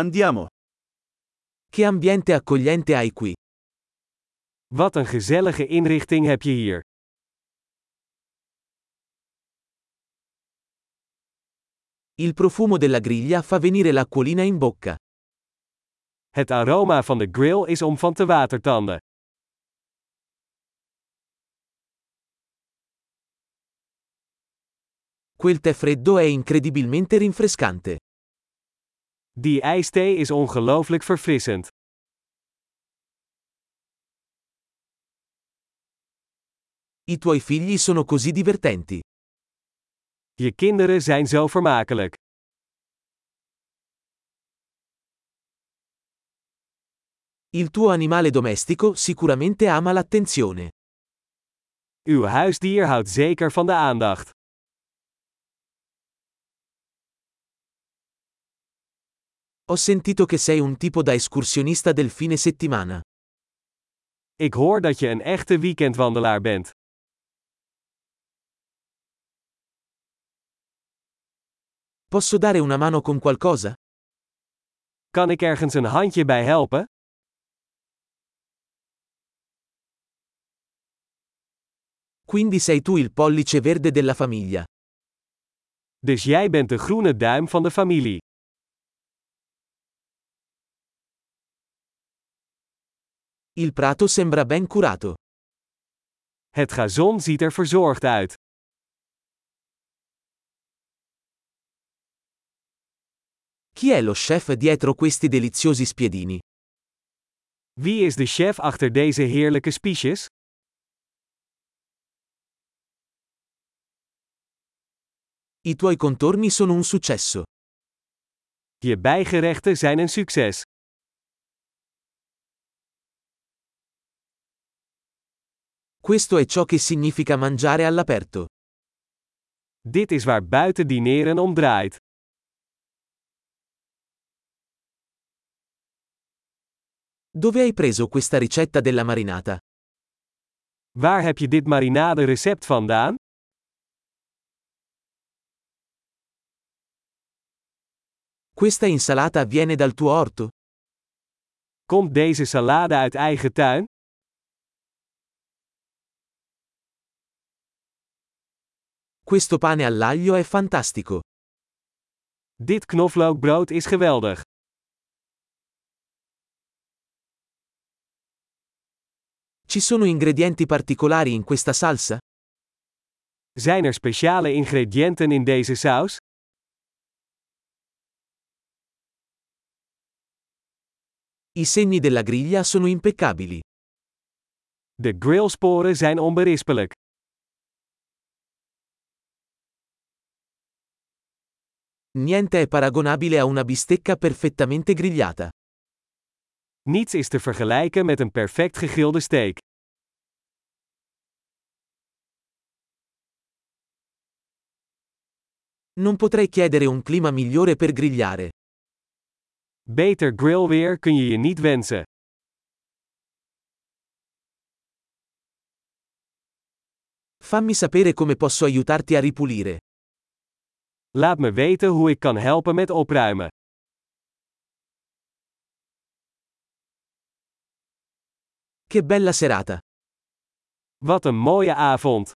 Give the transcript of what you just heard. Andiamo. Che ambiente accogliente hai qui. Wat een gezellige inrichting heb je hier. Il profumo della griglia fa venire l'acquolina in bocca. Het aroma van de grill is om van te watertanden. Quel tè freddo è incredibilmente rinfrescante. Die ijsthee is ongelooflijk verfrissend. I tuoi figli sono così divertenti. Je kinderen zijn zo vermakelijk. Il tuo animale domestico sicuramente ama l'attenzione. Uw huisdier houdt zeker van de aandacht. Ho sentito che sei un tipo da escursionista del fine settimana. Ik hoor dat je een echte weekendwandelaar bent. Posso dare una mano con qualcosa? Kan ik ergens een handje bij helpen? Quindi sei tu il pollice verde della famiglia. Dus jij bent de groene duim van de familie. Il prato sembra ben curato. Het gazon ziet er verzorgd uit. Chi è lo chef dietro questi deliziosi spiedini? Wie is de chef achter deze heerlijke spiesjes? I tuoi contorni sono un successo. Je bijgerechten zijn een succes. Questo è ciò che significa mangiare all'aperto. Dit is waar buiten dineren om draait. Dove hai preso questa ricetta della marinata? Waar heb je dit marinade recept vandaan? Questa insalata viene dal tuo orto? Komt deze salade uit eigen tuin? Questo pane all'aglio è fantastico. Dit knoflookbrood is geweldig. Ci sono ingredienti particolari in questa salsa? Zijn er speciale ingrediënten in deze saus? I segni della griglia sono impeccabili. De grillsporen zijn onberispelijk. Niente è paragonabile a una bistecca perfettamente grigliata. Niets is te vergelijken met een perfect gegrilde steak. Non potrei chiedere un clima migliore per grigliare. Beter grillweer kun je je niet wensen. Fammi sapere come posso aiutarti a ripulire. Laat me weten hoe ik kan helpen met opruimen. Che bella serata! Wat een mooie avond!